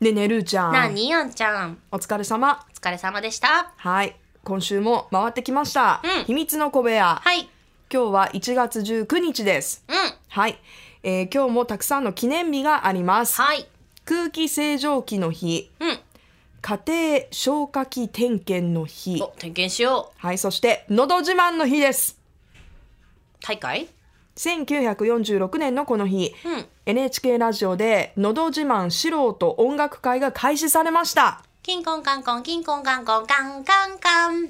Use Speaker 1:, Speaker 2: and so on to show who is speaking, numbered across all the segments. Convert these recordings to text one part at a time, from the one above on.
Speaker 1: ねねるーちゃん
Speaker 2: なあにあんちゃん
Speaker 1: お疲れ様
Speaker 2: お疲れ様でした
Speaker 1: はい今週も回ってきました、
Speaker 2: うん
Speaker 1: 秘密の小部屋
Speaker 2: はい
Speaker 1: 今日は1月19日です
Speaker 2: うん
Speaker 1: はい、えー今日もたくさんの記念日があります
Speaker 2: はい
Speaker 1: 空気清浄機の日
Speaker 2: うん
Speaker 1: 家庭消火器点検の日
Speaker 2: お点検しよ
Speaker 1: はいそしてのど自慢の日です
Speaker 2: う大会
Speaker 1: 1946年のこの日、
Speaker 2: うん
Speaker 1: NHK ラジオで「のど自慢素人音楽会」が開始されました
Speaker 2: キンコンカンコンキンコンカンコンカンカンカ ン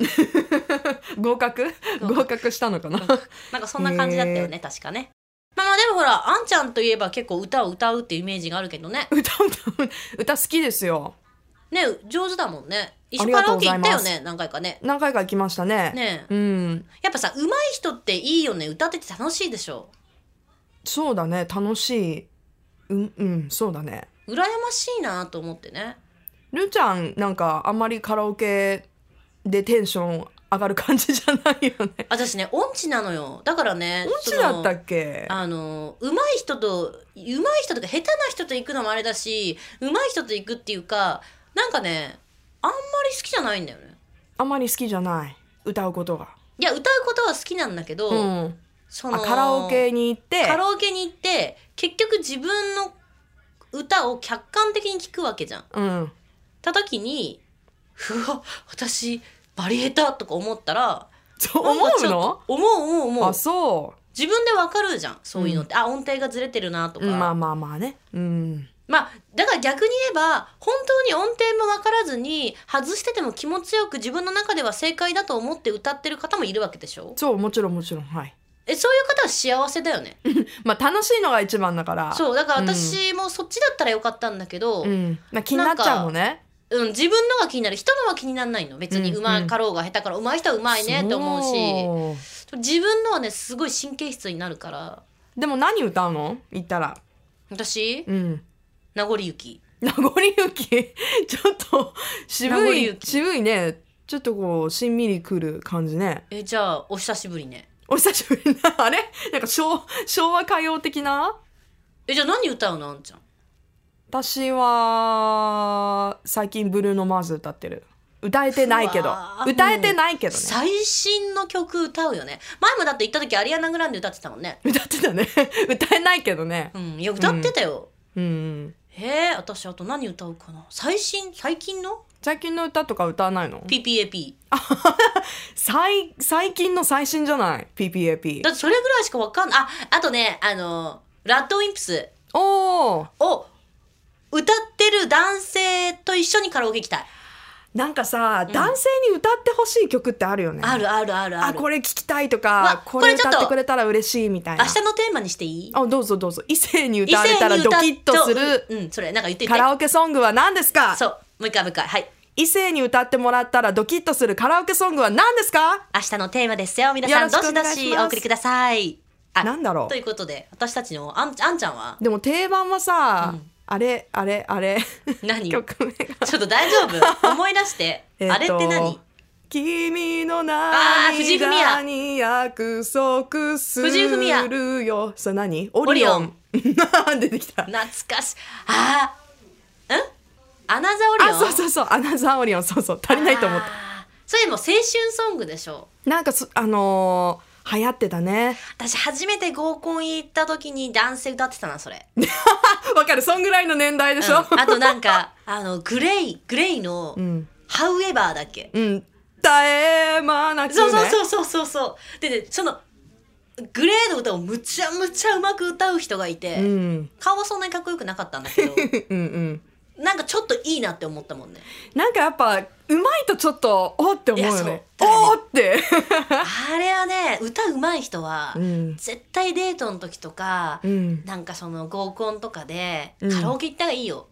Speaker 1: 合格合格したのかな
Speaker 2: なんかそんな感じだったよね確かねまあまあでもほらあんちゃんといえば結構歌を歌うっていうイメージがあるけど ね
Speaker 1: 歌歌歌好きですよ
Speaker 2: ね上手だもんね一
Speaker 1: あ
Speaker 2: 緒
Speaker 1: り
Speaker 2: カ
Speaker 1: がと
Speaker 2: ラ
Speaker 1: う
Speaker 2: オ
Speaker 1: ご
Speaker 2: ケ
Speaker 1: ざい
Speaker 2: 行っ
Speaker 1: ます
Speaker 2: たよね何回かね
Speaker 1: 何回か行きましたね
Speaker 2: ねえ
Speaker 1: うん
Speaker 2: やっぱさ上手い人っていいよね歌ってて楽しいでしょ
Speaker 1: そうだね楽しいうんうんそうだね
Speaker 2: 羨ましいなと思ってね
Speaker 1: るーちゃんなんかあんまりカラオケでテンション上がる感じじゃないよね
Speaker 2: 私ね音痴なのよだからね
Speaker 1: どっちだった
Speaker 2: その
Speaker 1: っけ
Speaker 2: あの上手い人と上手い人とか下手な人と行くのもあれだし上手い人と行くっていうかなんかねあんまり好きじゃないんだよね
Speaker 1: あんまり好きじゃない歌うことが
Speaker 2: いや歌うことは好きなんだけど、
Speaker 1: うん
Speaker 2: そ
Speaker 1: あ
Speaker 2: の
Speaker 1: カラオケに行って
Speaker 2: カラオケに行って結局自分の歌を客観的に聞くわけじゃん。
Speaker 1: うん
Speaker 2: た時にうわ私バリ下手とか思ったら
Speaker 1: そう
Speaker 2: なん
Speaker 1: 思
Speaker 2: かち
Speaker 1: う
Speaker 2: ょっ
Speaker 1: の
Speaker 2: と思う思う思う
Speaker 1: あそ
Speaker 2: 自分でわかるじゃんそういうのって、あ音程がずれてるなと
Speaker 1: う
Speaker 2: か、
Speaker 1: うんま
Speaker 2: ま
Speaker 1: あ
Speaker 2: あ、
Speaker 1: まあまあねうん
Speaker 2: だから逆に言えば本当に音程もわからずに外してても気持ちよく自分の中では正解だと思って歌ってる方もいるわけでしょ
Speaker 1: そうもちろんもちろんはい
Speaker 2: えそういう方は幸せだよね
Speaker 1: まあ楽しいのが一番だから
Speaker 2: そうだから私もそっちだったらよかったんだけど、
Speaker 1: うん、まあ気になっちゃうのね
Speaker 2: うん、自分のが気になる人のは気にならないの別に
Speaker 1: うん
Speaker 2: うまかろうが下手からうまい人はうまいねって思うし
Speaker 1: そう
Speaker 2: 自分のはねすごい神経質になるから
Speaker 1: でも何歌うの言ったら。
Speaker 2: 私
Speaker 1: うん。
Speaker 2: 名残雪
Speaker 1: 名残雪 ちょっと
Speaker 2: 名
Speaker 1: 渋
Speaker 2: 残
Speaker 1: い、
Speaker 2: 雪
Speaker 1: 渋いね。ちょっとこう、しんみりくる感じね。
Speaker 2: えじゃあお久しぶりね
Speaker 1: お久しぶりな、 あれなんか昭昭和歌謡的な
Speaker 2: えじゃあ何歌うのあんちゃん
Speaker 1: 私は、最近ブルーノマーズ歌ってる。歌えてないけ
Speaker 2: う
Speaker 1: ど
Speaker 2: わ。ー
Speaker 1: 歌えてないけどね。
Speaker 2: 最新の曲歌うよね前もだって行った時アリアナ・グランデ歌ってたもんね
Speaker 1: 歌ってたね。歌えないけどね。
Speaker 2: うんいや歌ってたよ、
Speaker 1: うん。
Speaker 2: へえ私あと何歌うかな最新最近の
Speaker 1: 最近の歌とか歌わないの
Speaker 2: PPAP
Speaker 1: 最、最近の最新じゃない ?PPAP
Speaker 2: だ。ってそれぐらいしかわかんないああとねあのラッドウィンプス
Speaker 1: おー
Speaker 2: を歌ってる男性と一緒にカラオケ行きたい。
Speaker 1: なんかさ、男性に歌ってほしい曲ってあるよね。
Speaker 2: あるあるあるあ
Speaker 1: あ
Speaker 2: る。
Speaker 1: これ聞きたいと
Speaker 2: わ
Speaker 1: か、これ
Speaker 2: これち
Speaker 1: 歌
Speaker 2: ょっと
Speaker 1: ってくれたら嬉しいみたいな
Speaker 2: 明。日のテーマにしていい
Speaker 1: あ、どうぞどうぞ。異性に歌われたらドキッとする。
Speaker 2: うん、うんそれ、なんか言って
Speaker 1: カ
Speaker 2: 言って。
Speaker 1: ラオケソングは何ですか
Speaker 2: そう。もう一回もう一回。はい。
Speaker 1: 異性に歌ってもらったらドキッとするカラオケソングは何ですか
Speaker 2: 明日のテーマですよ。皆さん、
Speaker 1: よろし
Speaker 2: ど
Speaker 1: くお
Speaker 2: しど
Speaker 1: 願いします
Speaker 2: しお送りください。あ
Speaker 1: なんだろ
Speaker 2: ということで、私たちのあんあんちゃんは
Speaker 1: う。でも定番はさ、あれ、あれ、あれ。
Speaker 2: 何ちょっ
Speaker 1: 曲名が。
Speaker 2: と大丈 夫思い出して。
Speaker 1: えーと
Speaker 2: あれって何
Speaker 1: 君の
Speaker 2: あー藤井フミ
Speaker 1: 涙
Speaker 2: ヤ
Speaker 1: に約束す
Speaker 2: 藤井フミヤ
Speaker 1: るよ。さ、何オリオン。 出てきた。
Speaker 2: 懐かしい。ああ。んアナザーオリオン
Speaker 1: あ、そうそうそう、アナザーオリオン、そうそう、足りないと思った。
Speaker 2: た。それでも青春ソングでしょ。
Speaker 1: なんかそ、あのー流行ってた ね。
Speaker 2: 私初めて合コン行った時に男性歌ってたなそれ、
Speaker 1: わかる、そんぐらいの年代でし
Speaker 2: うん
Speaker 1: ょ、
Speaker 2: あとなんか あのグレイグレイの「ハウエバー」だっ け、
Speaker 1: うん、絶え間なく、ね。
Speaker 2: そうそうそうそうそうそうででそのグレイの歌をむちゃむちゃうまく歌う人がいて、
Speaker 1: うん、
Speaker 2: 顔はそんなにかっこよくなかったんだけど
Speaker 1: うん、うん。
Speaker 2: なんかちょっといいなって思っ たもんね
Speaker 1: なんかやっぱ、うまいとちょっと、おって思うよ
Speaker 2: いや
Speaker 1: ね。
Speaker 2: そう
Speaker 1: おーって。
Speaker 2: あれはね歌うまい人は、
Speaker 1: うん
Speaker 2: 絶対デートの時とか、
Speaker 1: うん、
Speaker 2: なんかその合コンとかで
Speaker 1: うん
Speaker 2: カラオケ行った方がいいよ、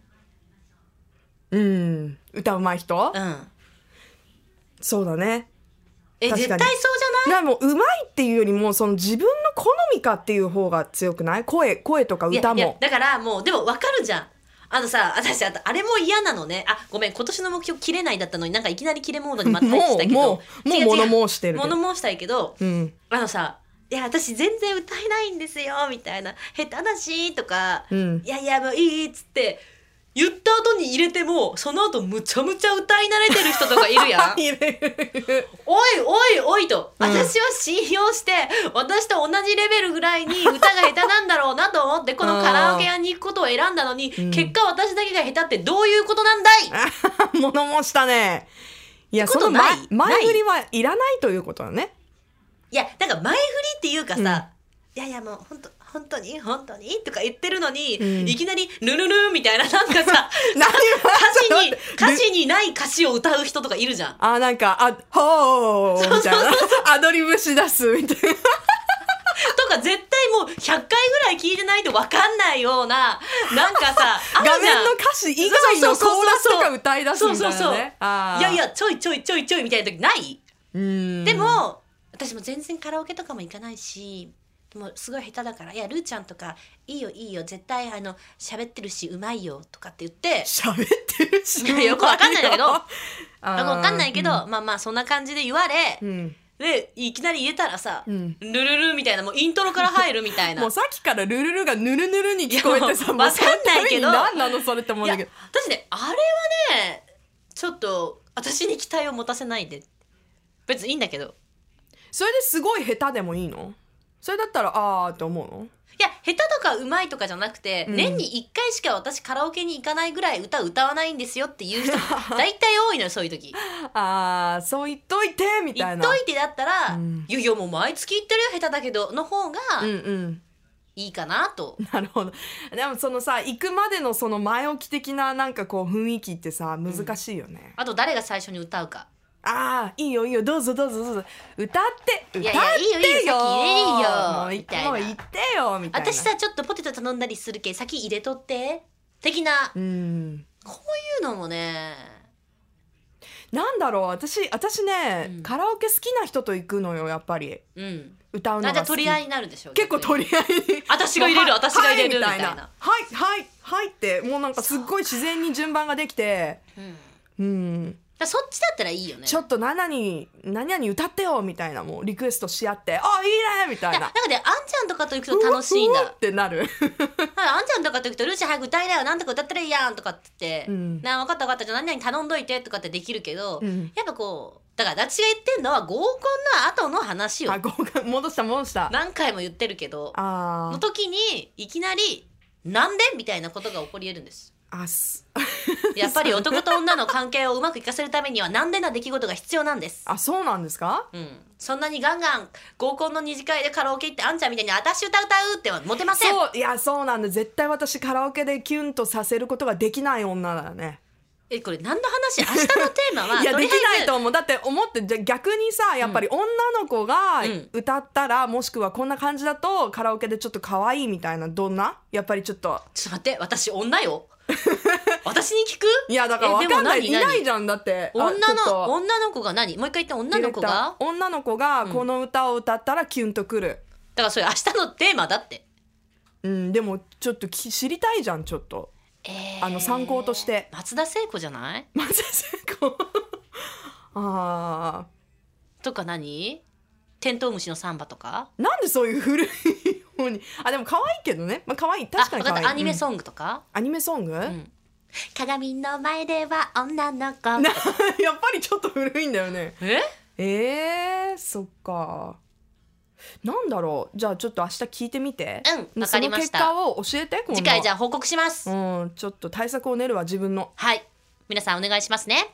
Speaker 1: うん、歌うまい人、
Speaker 2: うん、
Speaker 1: そうだね。
Speaker 2: え
Speaker 1: 確
Speaker 2: 絶
Speaker 1: か
Speaker 2: 対そう
Speaker 1: に
Speaker 2: じゃない
Speaker 1: なんかもう、うまいっていうよりも、その自分の好みかっていう方が強くない声、声とか
Speaker 2: いや
Speaker 1: 歌
Speaker 2: いや
Speaker 1: も。
Speaker 2: だからもうでも分かるじゃんあのさ私あとあれも嫌なのねあごめん今年の目標切れないだったのになんかいきなり切れモードにまた入ってきたけど
Speaker 1: もうもう
Speaker 2: 違違
Speaker 1: 物申してるけど
Speaker 2: 物申したいけど
Speaker 1: うん。
Speaker 2: あのさ「いや私全然歌えないんですよ」みたいな「下手だし」とか「
Speaker 1: うん
Speaker 2: いやいやもういい」っつって言った後に入れてもその後むちゃむちゃ歌い慣れてる人とかい るやん
Speaker 1: いるいる
Speaker 2: おいおいおいと
Speaker 1: うん
Speaker 2: 私は信用して、私と同じレベルぐらいに歌が下手なんだろうなと思ってこのカラオケ屋に行くことを選んだのに、
Speaker 1: ん
Speaker 2: 結果私だけが下手ってどういうことなんだい
Speaker 1: 物申したねいや
Speaker 2: ってこ
Speaker 1: そ
Speaker 2: と
Speaker 1: の
Speaker 2: ない
Speaker 1: 前前振り
Speaker 2: な
Speaker 1: はいらないということだ ね
Speaker 2: いやなんか前振りっていうかさ、いやいやもう本当本当に本当にとか言ってるのに、
Speaker 1: うん
Speaker 2: いきなり「ルルル」みたいななん かさ
Speaker 1: 何
Speaker 2: 歌詞
Speaker 1: ち
Speaker 2: に
Speaker 1: ょっと待って
Speaker 2: 歌詞にない歌詞を歌う人とかいるじゃん。
Speaker 1: あなんかあほーみたいなアドリブしだすみたいな
Speaker 2: とか絶対もう100回ぐらい聞いてないと分かんないようななんかさある
Speaker 1: 画
Speaker 2: じゃ
Speaker 1: 面
Speaker 2: ん
Speaker 1: の歌詞以外のコーラスとか歌い出すみたい
Speaker 2: そう
Speaker 1: な
Speaker 2: そうそう
Speaker 1: ねあー
Speaker 2: いやいやちょいちょいちょいちょいみたいな時ない、
Speaker 1: うん
Speaker 2: でも私も全然カラオケとかも行かないしもうすごい下手だから「いやルーちゃんとかいいよいいよ絶対あの喋ってるしうまいよ」とかって言って
Speaker 1: 喋ってるし
Speaker 2: いやよくわかんないんだけど
Speaker 1: あー
Speaker 2: 分かんないけど、まあまあそんな感じで言われ、
Speaker 1: うん
Speaker 2: でいきなり言えたらさ「
Speaker 1: うん
Speaker 2: ルルル」みたいなもうイントロから入るみたいな
Speaker 1: もう。さっきからルルルがヌルヌルに聞こえて
Speaker 2: いや
Speaker 1: さ
Speaker 2: もうわかんないけど
Speaker 1: もうそのために何なのそれって思うん
Speaker 2: い
Speaker 1: だ
Speaker 2: や
Speaker 1: けど
Speaker 2: 私ねあれはねちょっと私に期待を持たせないで別にいいんだけど
Speaker 1: それですごい下手でもいいのそれだったらあーって思うの
Speaker 2: いや下手とかうまいとかじゃなくて、
Speaker 1: うん
Speaker 2: 年に1回しか私カラオケに行かないぐらい歌歌わないんですよっ ていう人も大体多いのよそういう時
Speaker 1: あーそう言っといてみた
Speaker 2: 言
Speaker 1: い
Speaker 2: っ
Speaker 1: な
Speaker 2: といてだったら「
Speaker 1: うん
Speaker 2: いやいやもう毎月行ってるよ下手だけど」の方が
Speaker 1: うんうん
Speaker 2: いいかなと、
Speaker 1: なるほどでもそのさ行くまでのその前置き的ななんかこう雰囲気ってさ難しいよね、
Speaker 2: あと誰が最初に歌うか
Speaker 1: ああいいよいいよどうぞどうぞどうぞ歌って
Speaker 2: い
Speaker 1: 歌
Speaker 2: や
Speaker 1: っ
Speaker 2: い
Speaker 1: てよ
Speaker 2: やいいよいい
Speaker 1: も
Speaker 2: よ先
Speaker 1: う
Speaker 2: いい
Speaker 1: い
Speaker 2: よみたいな
Speaker 1: もう行ってよみたいな
Speaker 2: 私さちょっとポテト頼んだりするけ先入れとって的な
Speaker 1: う
Speaker 2: い
Speaker 1: ん
Speaker 2: うのもね
Speaker 1: なんだろう私私ね、
Speaker 2: うん
Speaker 1: カラオケ好きな人と行くのよやっぱり
Speaker 2: うん
Speaker 1: 歌うのが
Speaker 2: あじ
Speaker 1: 好
Speaker 2: ゃあ
Speaker 1: き
Speaker 2: 取り合いになるでしょう
Speaker 1: 結構取り合いに
Speaker 2: 私が入れる
Speaker 1: もう は
Speaker 2: 私が入れる
Speaker 1: はい
Speaker 2: みたいな
Speaker 1: はいはいはいってもうなんかすっごい自然に順番ができて
Speaker 2: うんだか
Speaker 1: うん
Speaker 2: らそっちだったらいいよね
Speaker 1: ちょっと何々何々歌ってよみたいなもうリクエストし合ってあいいねみたい
Speaker 2: いや
Speaker 1: な
Speaker 2: なんかねあんちゃんとかと行くと楽しいん
Speaker 1: うわうわ
Speaker 2: だ
Speaker 1: ってなる
Speaker 2: はいあんちゃんとかと行くと「ルーちゃん早く歌いなよなんとか歌ったらいいやん」とかって言って「
Speaker 1: うん
Speaker 2: なあ分かった分かったじゃあ何々頼んどいて」とかってできるけど、
Speaker 1: うん
Speaker 2: やっぱこうだから私が言ってんのは合コンの後の話を
Speaker 1: あごめん戻した戻した
Speaker 2: 何回も言ってるけど
Speaker 1: あ
Speaker 2: の時にいきなり「なんで?」みたいなことが起こり得るんです。
Speaker 1: ーあす
Speaker 2: やっぱり男と女の関係をうまくいかせるためにはなんでな出来事が必要なんです。
Speaker 1: あそうなんですか
Speaker 2: うん、そんなにガンガン合コンの二次会でカラオケ行ってあんちゃんみたいに「私歌歌う」ってはモテません
Speaker 1: そういやそうなんだ絶対私カラオケでキュンとさせることができない女だよね
Speaker 2: えこれ何の話明日のテーマはい
Speaker 1: や
Speaker 2: と
Speaker 1: で
Speaker 2: り
Speaker 1: き
Speaker 2: あえ
Speaker 1: ない
Speaker 2: ず
Speaker 1: と思うだって思ってじゃ逆にさやっぱり女の子が
Speaker 2: うん
Speaker 1: 歌ったら、もしくはこんな感じだとカラオケでちょっと可愛いみたいなどんなやっぱりちょっと
Speaker 2: ちょっと待って私 女よ私に聞く
Speaker 1: いやだから
Speaker 2: え
Speaker 1: わ
Speaker 2: でも
Speaker 1: かんない
Speaker 2: 何
Speaker 1: い
Speaker 2: 何
Speaker 1: ないじゃんだってあ
Speaker 2: 女
Speaker 1: ちょっと
Speaker 2: の女の子が何もう一回言って女の子
Speaker 1: ディレ
Speaker 2: が
Speaker 1: クター女の子がこの歌を歌ったらキュンとくる、
Speaker 2: だからそれ明日のテーマだって
Speaker 1: うんでもちょっとき知りたいじゃんちょっと
Speaker 2: え
Speaker 1: あの参考として
Speaker 2: 松田聖子じゃない
Speaker 1: まず成功あ
Speaker 2: とか何テントウムシのサンバとか
Speaker 1: ーなんでそういう古い方にあでも可愛いけどね、まあ、可愛い確かに
Speaker 2: あ分
Speaker 1: 可愛
Speaker 2: かっ
Speaker 1: い
Speaker 2: たアニメ
Speaker 1: ング、
Speaker 2: ソングとか、
Speaker 1: うんアニメソ ング、
Speaker 2: うん鏡の前では女の子
Speaker 1: なやっぱりちょっと古いんだよね
Speaker 2: え
Speaker 1: えー、そっかなんだろうじゃあちょっと明日聞いてみて
Speaker 2: うんわかりました
Speaker 1: その結果を教えて今度
Speaker 2: 次回じゃあ報告します、
Speaker 1: うんちょっと対策を練るわ自分の
Speaker 2: はい皆さんお願いしますね